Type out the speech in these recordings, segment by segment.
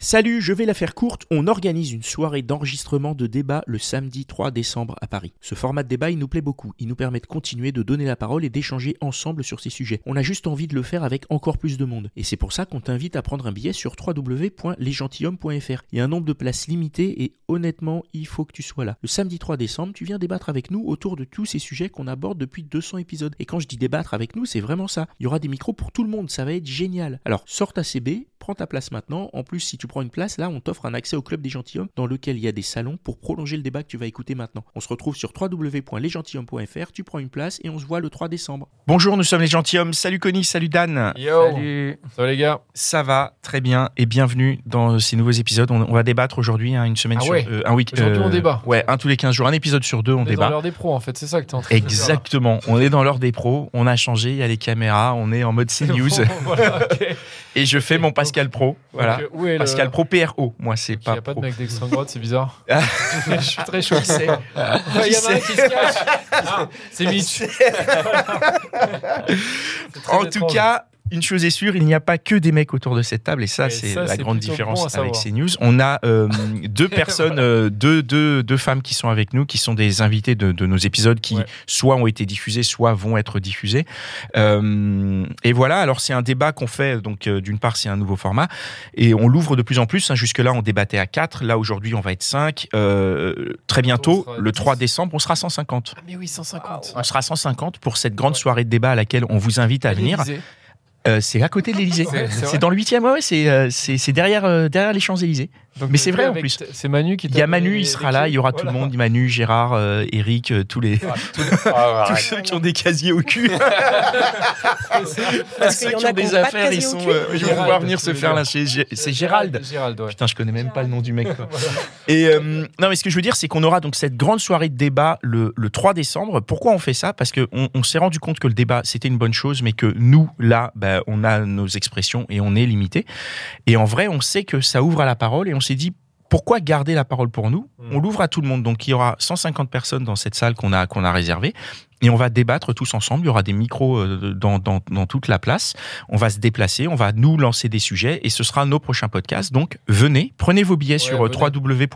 Salut, je vais la faire courte. On organise une soirée d'enregistrement de débat le samedi 3 décembre à Paris. Ce format de débat, il nous plaît beaucoup. Il nous permet de continuer de donner la parole et d'échanger ensemble sur ces sujets. On a juste envie de le faire avec encore plus de monde. Et c'est pour ça qu'on t'invite à prendre un billet sur www.lesgentilhommes.fr. Il y a un nombre de places limité et honnêtement, il faut que tu sois là. Le samedi 3 décembre, tu viens débattre avec nous autour de tous ces sujets qu'on aborde depuis 200 épisodes. Et quand je dis débattre avec nous, c'est vraiment ça. Il y aura des micros pour tout le monde, ça va être génial. Alors, sors ta CB, prends ta place maintenant. En plus, si tu prends une place, là, on t'offre un accès au club des gentilshommes dans lequel il y a des salons pour prolonger le débat que tu vas écouter maintenant. On se retrouve sur www.lesgentilhommes.fr, tu prends une place et on se voit le 3 décembre. Bonjour, nous sommes les gentilshommes. Salut Connie, salut Dan. Yo Salut. Ça va les gars Ça va très bien et bienvenue dans ces nouveaux épisodes. On, on va débattre aujourd'hui, hein, une semaine Ah sur ouais. euh, un week. Aujourd'hui, on débat. Ouais, un tous les 15 jours, un épisode sur deux, on est dans débat. l'heure des pros en fait, c'est ça que t'es en train Exactement, on est dans l'heure des pros, on a changé, il y a les caméras, on est en mode de CNews dire. voilà, ok. Donc, et je fais mon Pascal Pro. Voilà. euh, où est Pascal le... Pro PRO, moi c'est Il pas. n'y a pas de pro. mec d'extrême droite, c'est bizarre. Ah. je suis très choqué. Qui c'est Ouais, Il y en a un Qui qui se cache. Ah, C'est Mitch. C'est très En tout étrange. cas, une chose est sûre, il n'y a pas que des mecs autour de cette table, et ça, Et c'est ça, la c'est grande plutôt différence bon à avec savoir. CNews. On a euh, deux personnes, euh, deux, deux, deux femmes qui sont avec nous, qui sont des invités de, de nos épisodes qui Ouais. soit ont été diffusés, soit vont être diffusés. Euh, et voilà, alors c'est un débat qu'on fait, donc euh, d'une part, c'est un nouveau format, et on l'ouvre de plus en plus. hein. Jusque-là, on débattait à 4, là aujourd'hui, on va être 5. très bientôt, sera le 3 dix. décembre, on sera 150. Ah, mais oui, 150. On sera 150 pour cette grande soirée de débat à laquelle on vous invite à venir. Élysée. Euh, c'est à côté de l'Elysée. C'est- c'est C'est vrai dans le 8e, ouais, ouais, c'est, euh, c'est, c'est derrière, euh, derrière les Champs-Élysées. Donc, Mais c'est t'es vrai, en avec- plus. t- C'est Manu qui Il y a Manu, il sera là, il y aura tout le monde. Manu, Gérard, euh, Eric, euh, tous, les, Ah, tous ceux qui ont des casiers au cul. tous ceux qu'il y en qui a ont qui ont des pas de affaires, ils, casier au sont, cul. euh, ils vont Gérald, pouvoir venir tous se les faire deux. lâcher. Gé- C'est Gérald. Gérald, ouais. Putain, je connais même pas le nom du mec. quoi. Et euh, non, mais ce que je veux dire, c'est qu'on aura donc cette grande soirée de débat le, le 3 décembre. Pourquoi on fait ça Parce qu'on on, on s'est rendu compte que le débat, c'était une bonne chose, mais que nous, là, bah, on a nos expressions et on est limité. Et en vrai, on sait que ça ouvre à la parole et on s'est dit. Pourquoi garder la parole pour nous Mm. On l'ouvre à tout le monde. Donc, il y aura 150 personnes dans cette salle qu'on a, qu'on a réservée. Et on va débattre tous ensemble. Il y aura des micros euh, dans, dans- dans toute la place. On va se déplacer. On va nous lancer des sujets. Et ce sera nos prochains podcasts. Donc, venez. Prenez vos billets sur euh, venez.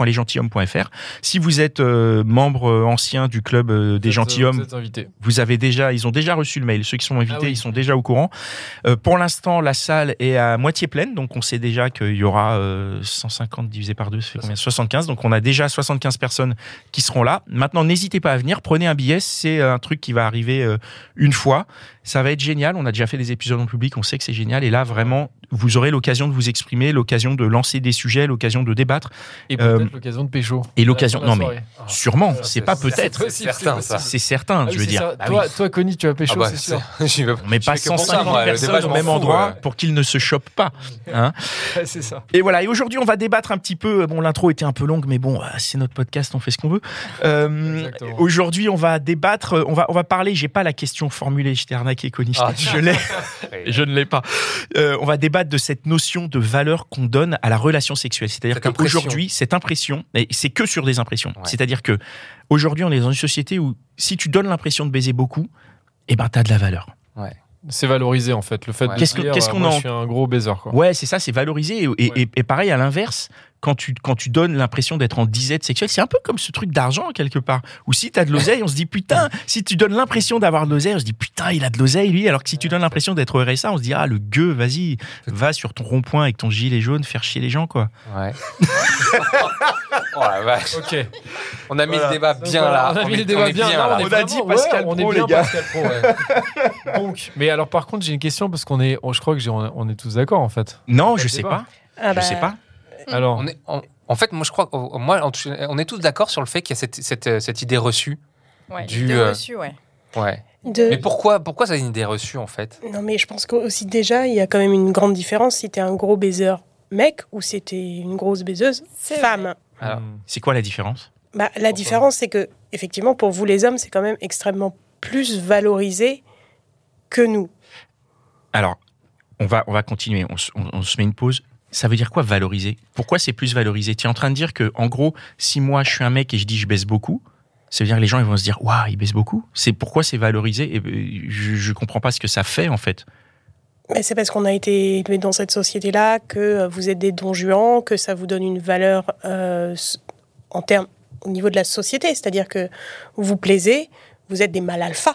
www.lesgentilhommes.fr. Si vous êtes euh, membre euh, ancien du club euh, Vous des êtes, gentilshommes, Vous êtes invité. vous avez déjà, ils ont déjà reçu le mail. Ceux qui sont invités, Ah oui. ils sont déjà au courant. Euh, pour l'instant, la salle est à moitié pleine, donc on sait déjà qu'il y aura euh, 150 divisé par 2, ça fait combien 75. Donc on a déjà 75 personnes qui seront là. Maintenant, n'hésitez pas à venir, prenez un billet. C'est un truc qui va arriver euh, une fois. Ça va être génial. On a déjà fait des épisodes en public, on sait que c'est génial. Et là, vraiment, vous aurez l'occasion de vous exprimer, l'occasion de lancer des sujets, l'occasion de débattre. Et Euh, peut-être l'occasion de pécho. et l'occasion- À la fin de non, la soirée. Sûrement, Ah, c'est pas c'est- peut-être, c'est possible, certain, c'est possible. ça. c'est certain, Ah oui, je veux c'est dire. ça. Bah oui. Toi, toi, Connie, tu vas pécho, Ah bah, c'est sûr. c'est- j'y vais pas. On met pas Je fais que pour ça, 150 moi, le débat, personnes je au m'en même fous, hein. endroit ouais. pour qu'ils ne se chopent pas. hein. Ouais, c'est ça. et voilà, et aujourd'hui on va débattre un petit peu, euh, bon l'intro était un peu longue mais bon euh, c'est notre podcast, on fait ce qu'on veut. Mm, Euh, Exactement. aujourd'hui on va débattre, euh, on va, on va parler, j'ai pas la question formulée, je t'ai arnaqué Connie, je t'ai Ah. dit, je l'ai, je ne l'ai pas. Euh, on va débattre de cette notion de valeur qu'on donne à la relation sexuelle. C'est-à-dire Cette impression. qu'aujourd'hui cette impression, et c'est que sur des impressions, Ouais. c'est-à-dire que aujourd'hui on est dans une société où si tu donnes l'impression de baiser beaucoup, eh ben t'as de la valeur. C'est valorisé en fait. Le fait Ouais. de Qu'est-ce que- dire, qu'est-ce euh, qu'on moi, en- Je suis un gros baiser quoi. Ouais, c'est ça, c'est valorisé. Et, et- Ouais. et pareil, à l'inverse, quand tu, quand tu donnes l'impression d'être en disette sexuelle, c'est un peu comme ce truc d'argent, quelque part. Ou si tu as de l'oseille, on se dit putain, si tu donnes l'impression d'avoir de l'oseille, on se dit putain, il a de l'oseille, lui. Alors que si tu donnes l'impression d'être au RSA, on se dit ah, le gueux, vas-y, va sur ton rond-point avec ton gilet jaune, faire chier les gens, quoi. Ouais. oh la vache. Ok. On a mis Voilà. le débat bien là. On a mis le débat bien là. On a dit Pascal on est Pro, bien les gars. Pascal Pro, ouais. Donc, mais alors par contre, j'ai une question parce qu'on est, on- je crois que j'ai- on on est tous d'accord en fait. Non, Pas je de sais débat. pas. Ah Je bah, sais pas. Alors, On est- on- en fait, moi je crois, qu'on- moi, en tout- on est tous d'accord sur le fait qu'il y a cette, cette, cette euh, idée reçue. ouais, Du, l'idée euh, reçue, ouais. Ouais. De... Mais pourquoi, pourquoi ça a une idée reçue en fait Non, mais je pense qu'aussi déjà, il y a quand même une grande différence si t'es un gros baiser mec ou si t'es une grosse baiseuse C'est femme. Alors, Hmm. C'est quoi la différence Bah, la différence, c'est que, effectivement, pour vous les hommes, c'est quand même extrêmement plus valorisé que nous. Alors, on va, on va continuer, on, se- on- on se met une pause. Ça veut dire quoi valoriser Pourquoi c'est plus valorisé Tu es en train de dire que, en gros, si moi je suis un mec et je dis je baisse beaucoup, ça veut dire que les gens ils vont se dire waouh, il baisse beaucoup C'est pourquoi c'est valorisé et euh, Je ne comprends pas ce que ça fait en fait. Mais c'est parce qu'on a été élevé dans cette société-là, que euh, vous êtes des dons juans, que ça vous donne une valeur euh, s- en termes au niveau de la société. C'est-à-dire que vous plaisez, vous êtes des mâles alpha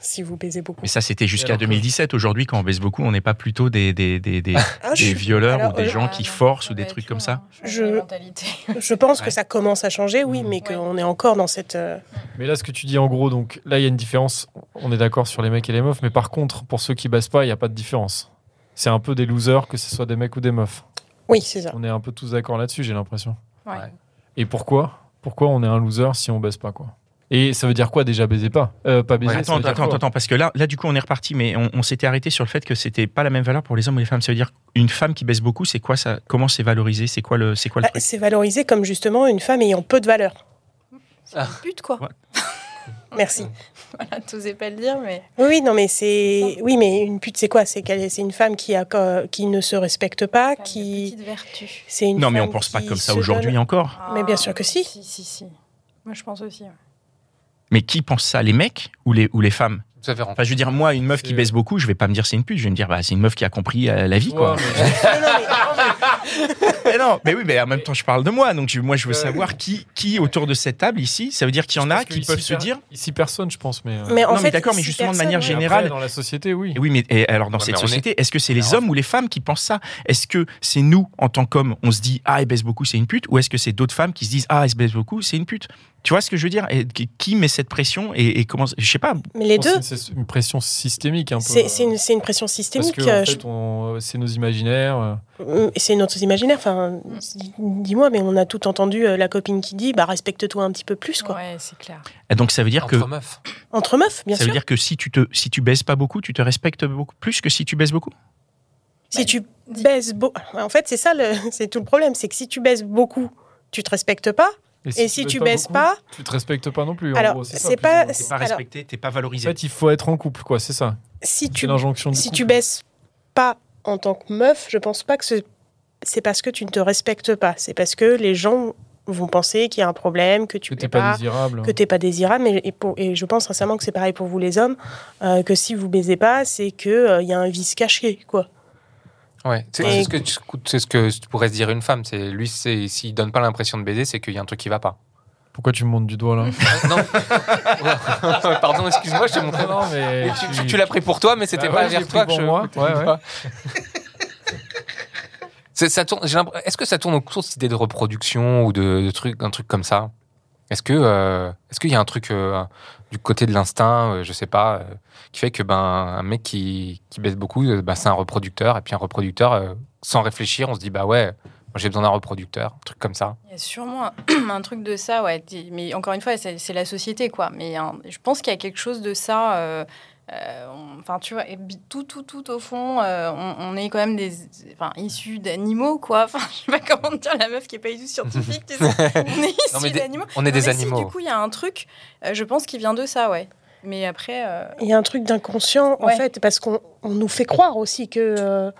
si vous baisez beaucoup. Mais ça, c'était jusqu'à alors que- 2017. Aujourd'hui, quand on baisse beaucoup, on n'est pas plutôt des, des, des, des- Ah, je, des violeurs alors, ou des euh, gens qui forcent ou des trucs comme ça Je- Je... Mentalité. je pense Ouais. Mm. que ça commence à changer, oui, Mhm. mais Ouais. qu'on est encore dans cette... euh, Mais là, ce que tu dis en gros, donc là, il y a une différence. On est d'accord sur les mecs et les meufs, mais par contre, pour ceux qui baissent pas, il n'y a pas de différence. C'est un peu des losers, que ce soit des mecs ou des meufs. Oui, c'est ça. On est un peu tous d'accord là-dessus, j'ai l'impression. Ouais. Ouais. Et pourquoi Pourquoi on est un loser si on baisse pas, quoi Et ça veut dire quoi déjà baiser pas Euh, Pas baiser. Ouais, ça attends, veut dire attends, quoi attends, parce que là, là, du coup, on est reparti, mais on, on s'était arrêté sur le fait que c'était pas la même valeur pour les hommes ou les femmes. Ça veut dire une femme qui baisse beaucoup, c'est quoi ça Comment c'est valorisé C'est quoi le, c'est quoi le Bah, truc c'est valorisé comme justement une femme ayant peu de valeur. C'est une pute, quoi. Merci. Mm. Voilà, t'osais pas le dire, mais. Oui, oui, non, mais c'est. Oui, mais une pute, c'est quoi C'est qu'elle est... c'est une femme qui, a... co- qui ne se respecte pas, Enfin, qui. une petite vertu. C'est une Non, mais on femme pense pas qui comme ça se aujourd'hui donne- encore. Mais bien sûr que si. Ah, Si, si, si. Moi, je pense aussi. ouais. Mais qui pense ça Les mecs ou les, ou les femmes Vous avez rencontré. Enfin, je veux dire, moi, une meuf C'est- qui baisse beaucoup, je vais pas me dire c'est une pute. Je vais me dire, bah, c'est une meuf qui a compris euh, la vie, quoi. Ouais, mais- Non, non, mais- Mais non, mais oui, mais en même temps, je parle de moi, donc je- moi, je veux Ouais. savoir qui, qui autour de cette table ici. Ça veut dire qu'il y en Je pense a que qui ici, peuvent se per- dire. Ici, personne, je pense, mais. euh, Mais en hein. Non, mais fait, d'accord, mais si justement, de personne- manière ouais. mais après, générale- dans la société, oui. Et Oui, mais et alors dans Ouais, cette mais on est- société, est... ce que c'est les Alors- hommes ou les femmes qui pensent ça Est-ce que c'est nous, en tant qu'hommes, on se dit ah, elle baisse beaucoup, c'est une pute Ou est-ce que c'est d'autres femmes qui se disent ah, elle se baisse beaucoup, c'est une pute Tu vois ce que je veux dire Et qui- Qui met cette pression et, et comment Je sais pas. Mais les Je pense deux, que C'est c'est une pression systémique, un peu. c'est c'est euh, une, c'est une pression Parce systémique. que en euh, je- fait, on- c'est nos imaginaires. euh, euh, C'est notre imaginaire. Enfin, Mm. dis- dis-moi, mais on a tout entendu euh, la copine qui dit bah, respecte-toi un petit peu plus, quoi. Ouais, c'est clair. Et donc ça veut dire que Entre meufs. Entre meufs, bien ça veut sûr. dire que si tu te si tu baisses pas beaucoup, tu te respectes beaucoup plus que si tu baisses beaucoup. Si tu baisses beau. En fait, c'est ça, le... c'est tout le problème. C'est que si tu baisses beaucoup, tu te respectes pas. Et si tu baisses beaucoup, pas. tu te respectes pas non plus. en Alors, gros, ça, c'est plus ou pas- moins. c'est- T'es pas Alors- respecté, t'es pas En valorisé. fait, il faut être en couple, quoi, c'est ça. Si C'est tu, l'injonction du si couple. tu baisses pas en tant que meuf, je pense pas que ce- c'est parce que tu ne te respectes pas. C'est parce que les gens vont penser qu'il y a un problème, que tu que ne t'es plais pas, pas, désirable. que t'es pas désirable. mais- Et, pour- et je pense sincèrement que c'est pareil pour vous les hommes, euh, que si vous baisez pas, c'est que euh, y a un vice caché, quoi. Ouais. C'est Et- c'est ce, que tu- c'est ce que tu pourrais se dire une femme. C'est lui, c'est- s'il donne pas l'impression de baiser, c'est qu'il y a un truc qui va pas. hein. Pourquoi tu me montes du doigt là non. Pardon, excuse-moi, je te montre. Non, non, mais Et tu, tu- tu l'as pris pour toi, mais c'était Bah pas ouais, j'ai vers pris toi que pour je. moi. Ouais, ouais. C'est- ça tourne. j'ai l'impr- Est-ce que ça tourne autour de cette idée de reproduction ou de, de truc, un truc comme ça Est-ce que euh, est-ce qu'il y a un truc euh, du côté de l'instinct, euh, je sais pas, euh, qui fait que ben un mec qui, qui baisse beaucoup, euh, ben, c'est un reproducteur et puis un reproducteur euh, sans réfléchir, on se dit bah ouais, moi, j'ai besoin d'un reproducteur, un truc comme ça. Il y a sûrement un, un truc de ça, ouais. Di- Mais encore une fois, c'est c'est la société, quoi. Mais hein, je pense qu'il y a quelque chose de ça. euh, euh, on- Enfin, tu vois, et bi- tout, tout, tout au fond, euh, on, on est quand même des, enfin, issus d'animaux, quoi. Enfin, je sais pas comment te dire, la meuf qui est pas du tout scientifique, tu sais. On est Non, mais issus des- d'animaux. On est Non, Ah, mais des si, animaux. du coup, il y a un truc, euh, je pense, qui vient de ça, ouais. Mais après, euh, Il y a un truc d'inconscient, en Ouais. fait, parce qu'on on nous fait croire aussi que, euh,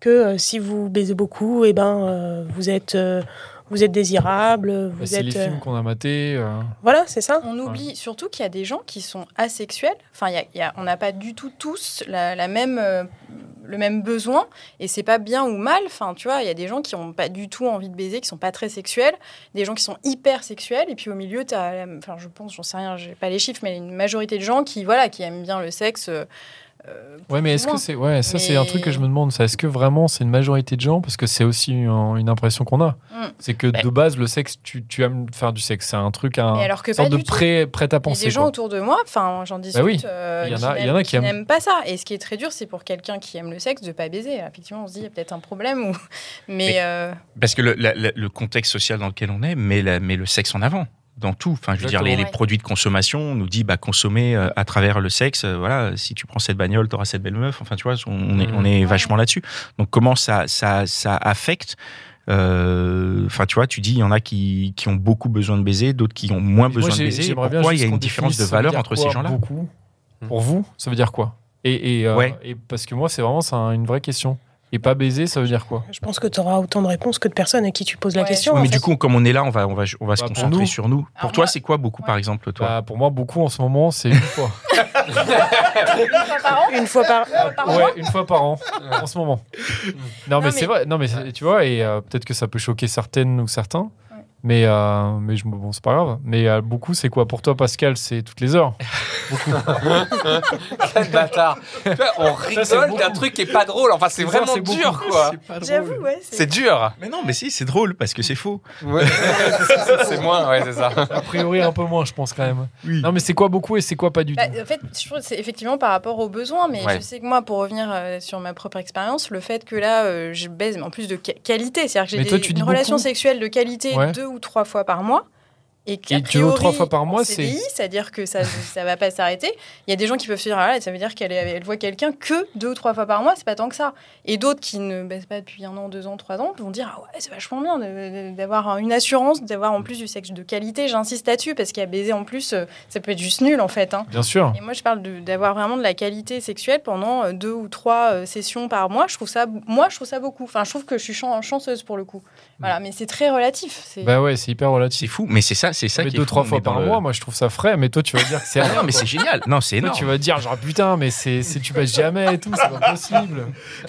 que euh, si vous baisez beaucoup, et ben, euh, vous êtes... euh, vous êtes désirable, Bah, vous c'est les êtes. euh, films qu'on a matés. euh, Voilà, c'est ça. on oublie surtout qu'il y a des gens qui sont asexuels. Enfin, il y a- il y a- on n'a pas du tout tous la, la même, euh, le même besoin. Et c'est pas bien ou mal. Enfin, tu vois, il y a des gens qui n'ont pas du tout envie de baiser, qui sont pas très sexuels, des gens qui sont hyper sexuels. Et puis au milieu, tu as, enfin, je pense, j'en sais rien, j'ai pas les chiffres, mais une majorité de gens qui, voilà, qui aiment bien le sexe. euh, euh, Ouais, mais est-ce que Moi. c'est. Ouais, ça, c'est un Mais- truc que je me demande. ça. Est-ce que vraiment c'est une majorité de gens Parce que c'est aussi un- une impression qu'on a. Mm. C'est que de base, le sexe, tu, tu aimes faire du sexe. C'est un truc, un. mais alors que une pas sorte de du tout. prêt, prêt à Il y a penser. des gens quoi. Bah autour de moi, enfin j'en discute, oui. euh, Il y en qui a- il y en a n'aiment- qui qui aiment. n'aiment pas ça. Et ce qui est très dur, c'est pour quelqu'un qui aime le sexe de pas baiser. Effectivement, on se dit il y a peut-être un problème. Ou... Mais, Mais- euh, Parce que le, la- la- le contexte social dans lequel on est met, la- met le sexe en avant. dans tout. Enfin, je veux dire, les, les Exactement. produits de consommation, on nous dit, bah, consommer euh, à travers le sexe, euh, voilà, si tu prends cette bagnole, t'auras cette belle meuf. Enfin, tu vois, on, on est, on est Mmh. Ouais. vachement là-dessus. Donc, comment ça, ça, ça affecte euh, Enfin, tu vois, tu dis, il y en a qui, qui ont beaucoup besoin de baiser, d'autres qui ont Moi, moins besoin de j'ai- baiser. j'aimerais bien Pourquoi il y juste a une qu'on différence de définisse ça veut valeur dire entre quoi, ces gens-là beaucoup Hmm. Pour vous, ça veut dire quoi et, et, euh, Ouais. et parce que moi, c'est vraiment c'est un- une vraie question. Et pas baiser, ça veut dire quoi Je pense que tu auras autant de réponses que de personnes à qui tu poses la Ouais. question. Oui, en mais fait. du coup, comme on est là, on va, on va, on va se Bah, pour concentrer nous. sur nous. Pour Alors toi, moi- c'est quoi beaucoup, par exemple, toi Bah, Pour moi, beaucoup en ce moment, c'est une fois. par an Une fois par. par ouais, mois une fois par an, euh, en ce moment. non, mais, mais- c'est vrai. Non, mais c'est- tu vois, et euh, peut-être que ça peut choquer certaines ou certains. Ouais. Mais, euh, mais je, me- bon, c'est pas grave. Mais euh, beaucoup, c'est quoi Pour toi, Pascal, c'est toutes les heures. Quel bâtard. Tu vois, On c'est rigole d'un beaucoup. truc qui est pas drôle. Enfin, c'est vraiment beaucoup. dur, quoi. C'est pas drôle. J'avoue, ouais. C'est dur. Mais non, mais si, c'est drôle parce que c'est faux. Ouais. c'est moins, ouais, c'est ça. A priori, un peu moins, je pense quand même. Oui. Non, mais c'est quoi beaucoup et c'est quoi pas du tout Bah, en fait, je trouve que c'est effectivement par rapport aux besoins, mais Ouais. je sais que moi, pour revenir euh, sur ma propre expérience, le fait que là, euh, je baise, mais en plus de qua- qualité, c'est-à-dire que Mais j'ai toi, des- tu dis une relation beaucoup. sexuelle de qualité Ouais. deux ou trois fois par mois. Et, Et qu'à deux ou priori, trois fois par mois, en c'est- CDI, c'est-à-dire que ça ne va pas s'arrêter. Il y a des gens qui peuvent se dire, ah, là, ça veut dire qu'elle est- elle voit quelqu'un que deux ou trois fois par mois, c'est pas tant que ça. Et d'autres qui ne baissent pas depuis un an, deux ans, trois ans, vont dire, ah ouais, c'est vachement bien de- de- d'avoir une assurance, d'avoir en plus du sexe de qualité. J'insiste là-dessus, parce qu'à baiser en plus, euh, ça peut être juste nul, en fait. hein. Bien sûr. Et moi, je parle de- d'avoir vraiment de la qualité sexuelle pendant euh, deux ou trois euh, sessions par mois. Je trouve ça, moi, je trouve ça beaucoup. Enfin, je trouve que je suis chan- chanceuse pour le coup. Voilà, mais c'est très relatif. C'est Bah ouais, c'est hyper C'est relatif. fou, mais c'est ça, c'est ça Mais qui deux, est trois fou, on fois est dans par le- mois, moi, je trouve ça frais. Mais toi, tu vas dire que c'est Ah rien. non, mais quoi. c'est génial. Non, c'est Toi, énorme. tu vas dire, genre, putain, mais c'est c'est- tu passes jamais et tout, c'est pas possible.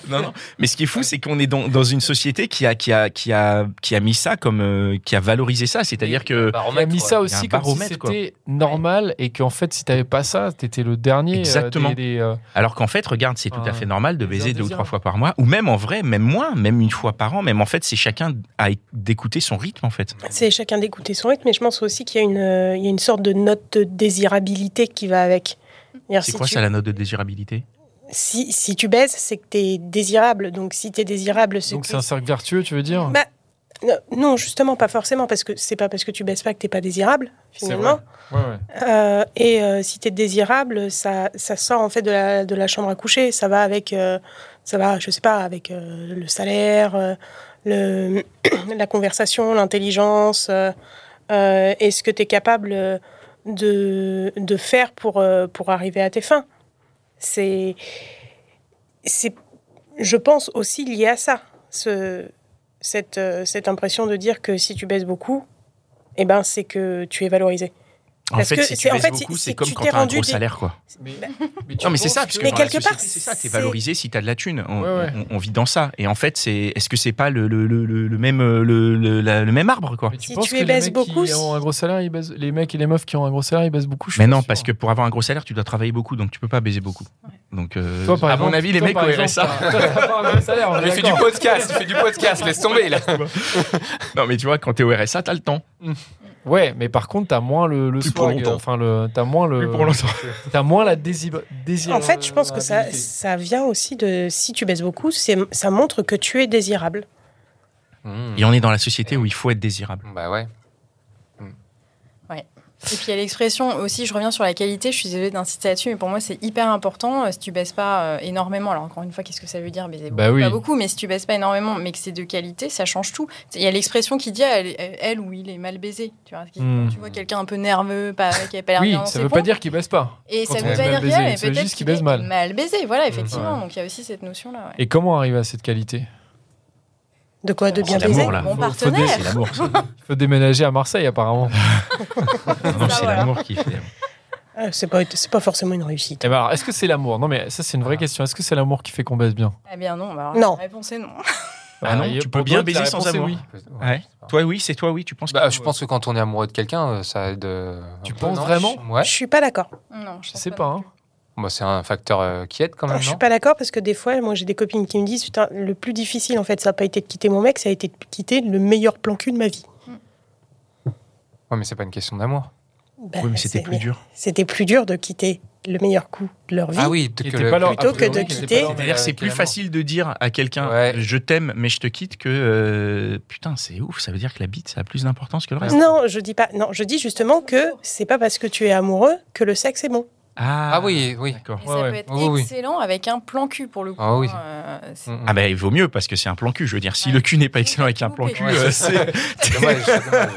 Non, non. Mais ce qui est fou, c'est qu'on est dans, dans une société qui a, qui, a, qui, a, qui a mis ça comme. euh, qui a valorisé ça. C'est-à-dire que. Bah, On a mis ça Il y a un aussi comme si baromètre, quoi. c'était normal et qu'en fait, si t'avais pas ça, t'étais le dernier. euh, Exactement. des- des, euh, Alors qu'en fait, regarde, c'est tout à Un Ah. fait normal de baiser plaisir deux ou trois désirable. fois par mois. Ou même en vrai, même moins, même une fois par an. Même en fait, c'est chacun à éc- d'écouter son rythme, en fait. C'est chacun d'écouter son rythme, mais je pense aussi qu'il y, a une, euh, il y a une sorte de note de désirabilité qui va avec. C'est-à-dire, C'est si quoi tu- ça, la note de désirabilité si, si tu baises, c'est que tu es désirable. Donc si tu es désirable, c'est Donc que- c'est un cercle vertueux, tu veux dire Bah, non, non, justement, pas forcément, parce que c'est pas parce que tu baises pas que t'es pas désirable, C'est finalement. Ouais, ouais. Euh, et euh, si t'es désirable, ça, ça sort en fait de la, de la chambre à coucher. Ça va avec, euh, ça va, je sais pas, avec euh, le salaire, euh, le, la conversation, l'intelligence. euh, euh, Est-ce que t'es capable euh, de, de faire pour, euh, pour arriver à tes fins C'est, c'est, je pense aussi lié à ça, ce, cette, euh, cette impression de dire que si tu baisses beaucoup, eh ben c'est que tu es valorisé. En Parce fait, que si tu c'est- en baises fait, beaucoup, si- c'est si comme tu quand t'es t'as un rendu gros dé- salaire, quoi. Mais, Non, mais c'est ça, parce que bah. Mais dans la quelque société, part, c'est ça, t'es c'est- valorisé si t'as de la thune. On, Ouais, ouais. on- on vit dans ça. Et en fait, c'est, est-ce que c'est pas le, le, le, le- le même, euh, le, le- la- le même arbre, quoi Mais tu Si penses tu que les baises mecs beaucoup, qui c'est- ont un gros salaire, ils baisent- les mecs et les meufs qui ont un gros salaire, ils baissent beaucoup. je suis Mais pas non, sûr. parce que pour avoir un gros salaire, tu dois travailler beaucoup, donc tu peux pas baiser beaucoup. Donc, euh, Toi, par à exemple- mon avis, les toi, mecs par au exemple, RSA. t'as- t'as pas un gros salaire, on est Ah, Il fait du d'accord. podcast, il fait du podcast, laisse tomber là. ah, Non, mais tu vois, quand t'es au RSA, t'as le temps. Ouais, mais par contre, t'as moins le, le Plus pour swag, longtemps. enfin le, t'as moins le, Plus pour longtemps. t'as moins la désir, désir. En fait, je pense que ça, habilité. ça vient aussi de si tu baisses beaucoup, c'est- ça montre que tu es désirable. Et on est dans la société où il faut être désirable. Bah ouais. Et puis il y a l'expression aussi, je reviens sur la qualité, je suis désolée d'insister là-dessus, mais pour moi c'est hyper important. euh, si tu baisses pas euh, énormément, alors encore une fois, qu'est-ce que ça veut dire baiser beaucoup, Bah oui. Pas beaucoup, mais si tu baisses pas énormément, mais que c'est de qualité, ça change tout. Il y a l'expression qui dit elle, elle- elle ou il est mal baisé. Tu vois, qui- Hmm. quand tu vois quelqu'un un peu nerveux, pas, qui a pas l'air Oui, bien dans ça ses veut pompes, pas dire qu'ils baissent pas. Et quand ça on veut est pas mal dire baisé, qu'il mais ça veut peut-être juste qu'il qu'il baise est mal. Mal baisé, voilà, effectivement. Ouais. Donc il y a aussi cette notion-là. ouais. Et comment arriver à cette qualité De quoi De C'est bien C'est baiser l'amour, là. Mon Faut- partenaire. faut- C'est l'amour. ça. Il faut déménager à Marseille apparemment. Non, c'est voilà. l'amour qui fait. Euh, C'est pas, c'est pas forcément une réussite. Eh ben alors, est-ce que c'est l'amour Non, mais ça c'est Ah. une vraie question. Est-ce que c'est l'amour qui fait qu'on baisse bien Eh bien non, bah, alors, Non. la réponse est non. Ah non, il y a- tu peux pour bien d'autres, baiser la sans réponse est amour. oui. Ouais. Toi, oui, c'est toi, oui, tu penses que- Bah, je pense que quand on est amoureux de quelqu'un, euh, ça aide. euh, Tu un peu, penses non vraiment Ouais. Je suis pas d'accord. Non, je Je pense sais pas. non hein. plus. Bah, c'est un facteur euh, qui aide quand même, Je suis non pas d'accord parce que des fois, moi, j'ai des copines qui me disent Putain, le plus difficile, en fait, ça n'a pas été de quitter mon mec, ça a été de quitter le meilleur plan cul de ma vie. Ouais, mais c'est pas une question d'amour. bah, oui, mais c'était c'est- plus dur. C'était plus dur de quitter le meilleur coup de leur vie. Ah oui, Il que était le- pas leur- plutôt a priori, que de il était quitter. pas leur- C'est-à-dire, c'est plus carrément. facile de dire à quelqu'un Ouais. je t'aime, mais je te quitte que euh, putain, c'est ouf, ça veut dire que la bite, ça a plus d'importance que le reste. Non, je dis pas. Non, je dis justement que c'est pas parce que tu es amoureux que le sexe est bon. Ah oui, oui. D'accord. Et Ouais, ça ouais. peut être Oui, oui. excellent avec un plan cul pour le coup. Ah oui. hein, euh, c'est- Ah ben il vaut mieux parce que c'est un plan cul. Je veux dire, si le cul n'est pas excellent avec un plan cul, Ouais, euh, c'est- c'est C'est dommage, c'est dommage.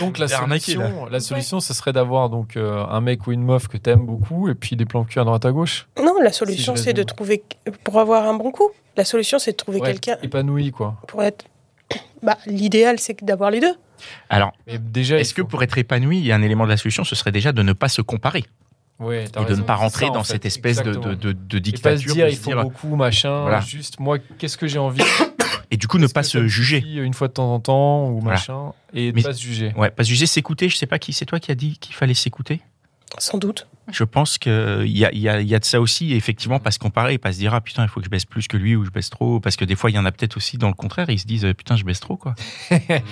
Donc la T'es arnaqué, solution, la solution, ce serait d'avoir donc euh, un mec ou une meuf que t'aimes beaucoup et puis des plans cul à droite à gauche. Non, la solution, Si je c'est de résume. trouver. Pour avoir un bon coup, la solution, c'est de trouver Ouais, quelqu'un épanoui quoi. pour être. Bah, l'idéal, c'est que d'avoir les deux. Alors, Mais déjà, est-ce que pour être épanoui, il y a un élément de la solution, ce serait déjà de ne pas se comparer et de ne pas rentrer dans cette espèce de, de, de- de Et pas dictature se dire de il se faut dire- beaucoup machin. Voilà. Juste moi, qu'est-ce que j'ai envie et du coup ne Est-ce pas que se ça juger. suffit Une fois de temps en temps ou Voilà. machin et ne Mais- pas se juger. Ouais, parce que juger, s'écouter, je sais pas qui, c'est toi qui as dit qu'il fallait s'écouter. Sans doute. Je pense qu'il y a, il y, a, il y a de ça aussi, et effectivement, pas se comparer, pas se dire, ah putain, il faut que je baisse plus que lui ou je baisse trop, parce que des fois, il y en a peut-être aussi dans le contraire, ils se disent, putain, je baisse trop, quoi. Oui, C'est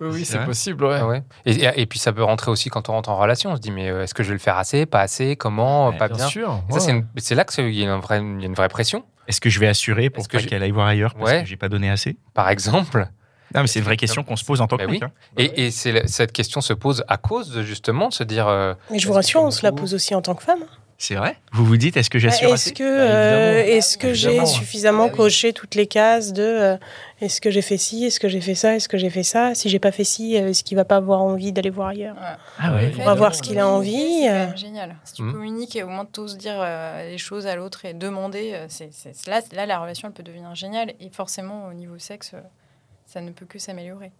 oui, c'est vrai. possible. ouais. Ah ouais. et, et- et puis ça peut rentrer aussi quand on rentre en relation. On se dit, mais euh, est-ce que je vais le faire assez, pas assez, comment, Ouais, pas Bien, bien. sûr. Et ça, ouais. c'est une- c'est là qu'il y, a un vrai- il y a une vraie pression, Est-ce que je vais assurer pour Est-ce que pas j'ai- qu'elle aille voir ailleurs parce Ouais. que j'ai pas donné assez par exemple. Non, mais c'est une vraie question qu'on se pose en tant que Bah mec. oui. hein. Et, et c'est la- cette question se pose à cause de justement de se dire. euh, Mais je Est-ce vous que rassure, c'est on se la bon pose aussi en tant que femme. C'est vrai Vous vous dites, est-ce que j'assure Bah, assez est-ce que, euh, évidemment. est-ce que j'ai Évidemment. suffisamment Bah oui. coché toutes les cases de euh, est-ce que j'ai fait ci, est-ce que j'ai fait ça, est-ce que j'ai fait ça Si j'ai pas fait ci, euh, est-ce qu'il va pas avoir envie d'aller voir ailleurs Ah ouais. En On fait, va voir de ce qu'il a communiquer, envie. C'est quand euh. même génial. Si tu Mhm. communiques et au moins t'oses dire euh, les choses à l'autre et demander, euh, c'est, c'est- là, là, la relation, elle peut devenir géniale. Et forcément, au niveau sexe, euh, ça ne peut que s'améliorer.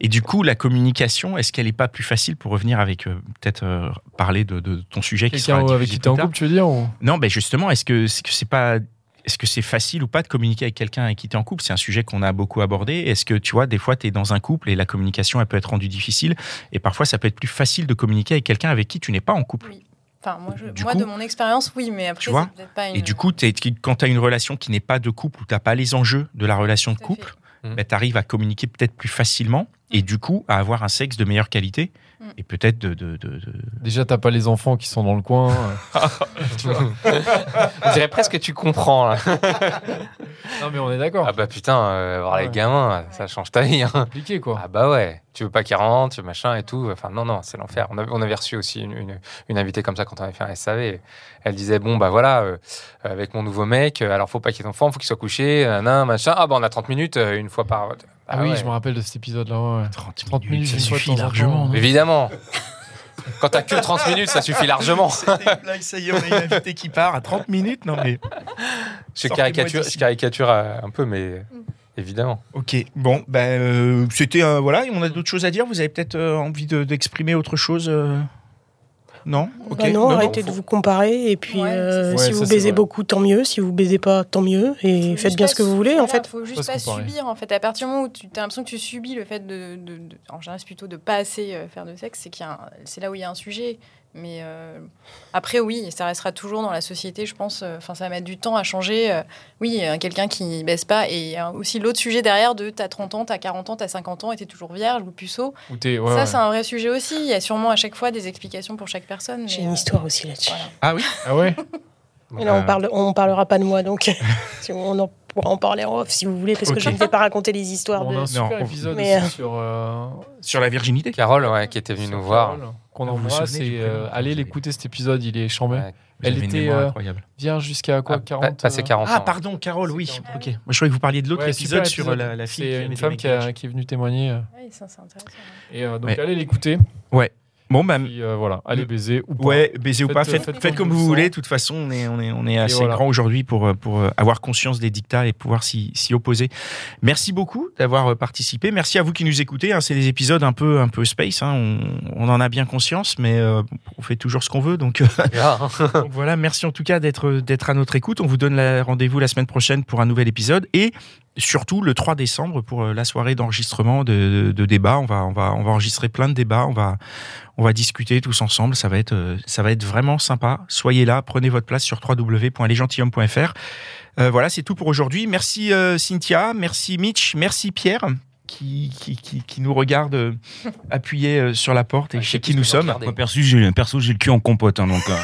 Et du coup, la communication, est-ce qu'elle est pas plus facile pour revenir avec, euh, peut-être, euh, parler de, de ton sujet qui sera Quelqu'un avec diffusé qui plus t'es en tard couple, tu veux dire ou- Non, ben justement, est-ce que c'est que c'est pas est-ce que c'est facile ou pas de communiquer avec quelqu'un avec qui t'es en couple C'est un sujet qu'on a beaucoup abordé. Est-ce que tu vois, des fois, tu es dans un couple et la communication, elle peut être rendue difficile. Et parfois, ça peut être plus facile de communiquer avec quelqu'un avec qui tu n'es pas en couple. Oui. Enfin, moi, je- Du moi coup- de mon expérience, oui, mais après, Tu vois c'est peut-être pas une. Et du coup, t'es- quand tu as une relation qui n'est pas de couple, où tu pas les enjeux de la relation de Tout à couple, fait. tu arrives à communiquer peut-être plus facilement et Mm. du coup à avoir un sexe de meilleure qualité Mm. et peut-être de, de- de- de- Déjà, t'as pas les enfants qui sont dans le coin. on dirait presque que tu comprends. là. non, mais on est d'accord. Ah bah putain, euh, voir les Ouais. gamins, ça change ta vie. hein. Compliqué quoi. Ah bah ouais, tu veux pas qu'ils rentrent, machin et tout. Enfin non, non, c'est l'enfer. On avait, on avait reçu aussi une, une, une invitée comme ça quand on avait fait un SAV. Elle disait, bon bah voilà, euh, avec mon nouveau mec, euh, alors faut pas qu'il ait d'enfant, faut qu'il soit couché, nan, machin. Ah bah on a 30 minutes, euh, une fois par... Ah Ah oui, ouais. je me rappelle de cet épisode-là. ouais, ouais. 30, 30 minutes, minutes, ça une fois de suffit temps en temps. largement. non Évidemment. Quand t'as que 30 minutes, ça suffit largement. Là, ça y est, on a une invitée qui part à 30 minutes. Non mais Je Sortez-moi caricature, d'ici. je caricature euh, un peu, mais évidemment. Ok, bon, ben, euh, c'était. euh, voilà, on a d'autres choses à dire. Vous avez peut-être euh, envie de- d'exprimer autre chose euh Non Ok. Bah non, non, arrêtez faut- de vous comparer et puis Ouais, euh, c'est ça. si Ouais, ça, vous c'est baisez vrai. beaucoup, tant mieux. Si vous baisez pas, tant mieux. Et Faut faites juste bien pas ce que vous su- voulez en voilà, fait. faut Pas juste se pas, comparer. subir en fait. À partir du moment où tu as l'impression que tu subis le fait de, de- de- en général c'est plutôt de pas assez euh, faire de sexe, c'est qu'il y a un- c'est là où il y a un sujet. Mais euh, après oui, ça restera toujours dans la société, je pense. euh, Enfin ça va mettre du temps à changer. euh, oui, euh, quelqu'un qui baisse pas et euh, aussi l'autre sujet derrière de t'as 30 ans, t'as 40 ans, t'as 50 ans et t'es toujours vierge ou puceau. Ou t'es- ouais, ça ouais. c'est un vrai sujet aussi. Il y a sûrement à chaque fois des explications pour chaque personne. mais, J'ai une euh, histoire aussi là-dessus. voilà. Ah oui Ah ouais Mais là, Euh. on parle, on parlera pas de moi donc. si on en pourra en parler en off si vous voulez parce Ok. que je ne vais pas raconter les histoires On a de. un super Non, on- épisode Mais, aussi sur. euh, Sur la virginité Carole, ouais, qui était venue sur nous voir. Carole, Qu'on Vous vous embrasse souvenez du et prénom euh, allez Vous avez- l'écouter cet épisode, il est chambé. Ouais. Vous Elle avez une était, mémoire euh, incroyable. Vient jusqu'à quoi Ah, 40 Passer euh, 40 Ah, ans. pardon, Carole, oui. C'est Ok. Moi, je croyais que vous parliez de l'autre Ouais, super épisode sur épisode. la, la fille. qui C'est avait une des femme qui, a- maquillages. qui est venue témoigner. euh, Ouais, ça c'est intéressant. Et euh, donc, Ouais. allez l'écouter. Bon, ben. Puis euh, voilà, allez Le- baiser ou pas. Ouais, baiser ou Faites, pas, euh, faites, faites faites comme comme vous vous le voulez. sentez. De toute façon, on est, on est, on est assez voilà. grand aujourd'hui pour, euh, pour euh, avoir conscience des dictats et pouvoir s'y s'y opposer. Merci beaucoup d'avoir euh, participé. Merci à vous qui nous écoutez. hein. C'est des épisodes un peu, un peu space. hein. On, on en a bien conscience, mais euh, on fait toujours ce qu'on veut. Donc, euh, Ah, hein. donc voilà, merci en tout cas d'être d'être à notre écoute. On vous donne la- rendez-vous la semaine prochaine pour un nouvel épisode et surtout le 3 décembre pour euh, la soirée d'enregistrement de, de, de débats. On va, on, va, on va enregistrer plein de débats, on va, on va discuter tous ensemble. Ça va, être, euh, ça va être vraiment sympa. Soyez là, prenez votre place sur www.lesgentilhommes.fr. Euh, voilà, c'est tout pour aujourd'hui. Merci euh, Cynthia, merci Mitch, merci Pierre. qui, qui, qui, qui nous regarde euh, appuyé euh, sur la porte et Ouais, chez c'est qui qui nous nous sommes. regarde. Moi, perso, j'ai, perso, j'ai le cul en compote, hein, donc. euh,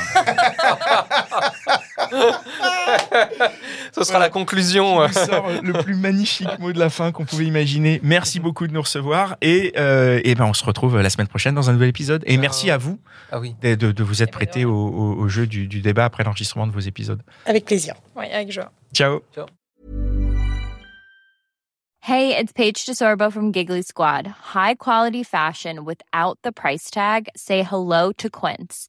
Ce sera la conclusion. nous sort euh, le plus magnifique mot de la fin qu'on pouvait imaginer. Merci beaucoup de nous recevoir et, euh, eh ben on se retrouve la semaine prochaine dans un nouvel épisode. Et Euh, merci à vous Ah oui. de, de- de vous être Eh ben, prêté de au, au- au jeu du, du débat après l'enregistrement de vos épisodes. Avec plaisir. Oui, avec joie. Ciao. Hey, it's Paige DeSorbo from Giggly Squad. High quality fashion without the price tag. Say hello to Quince.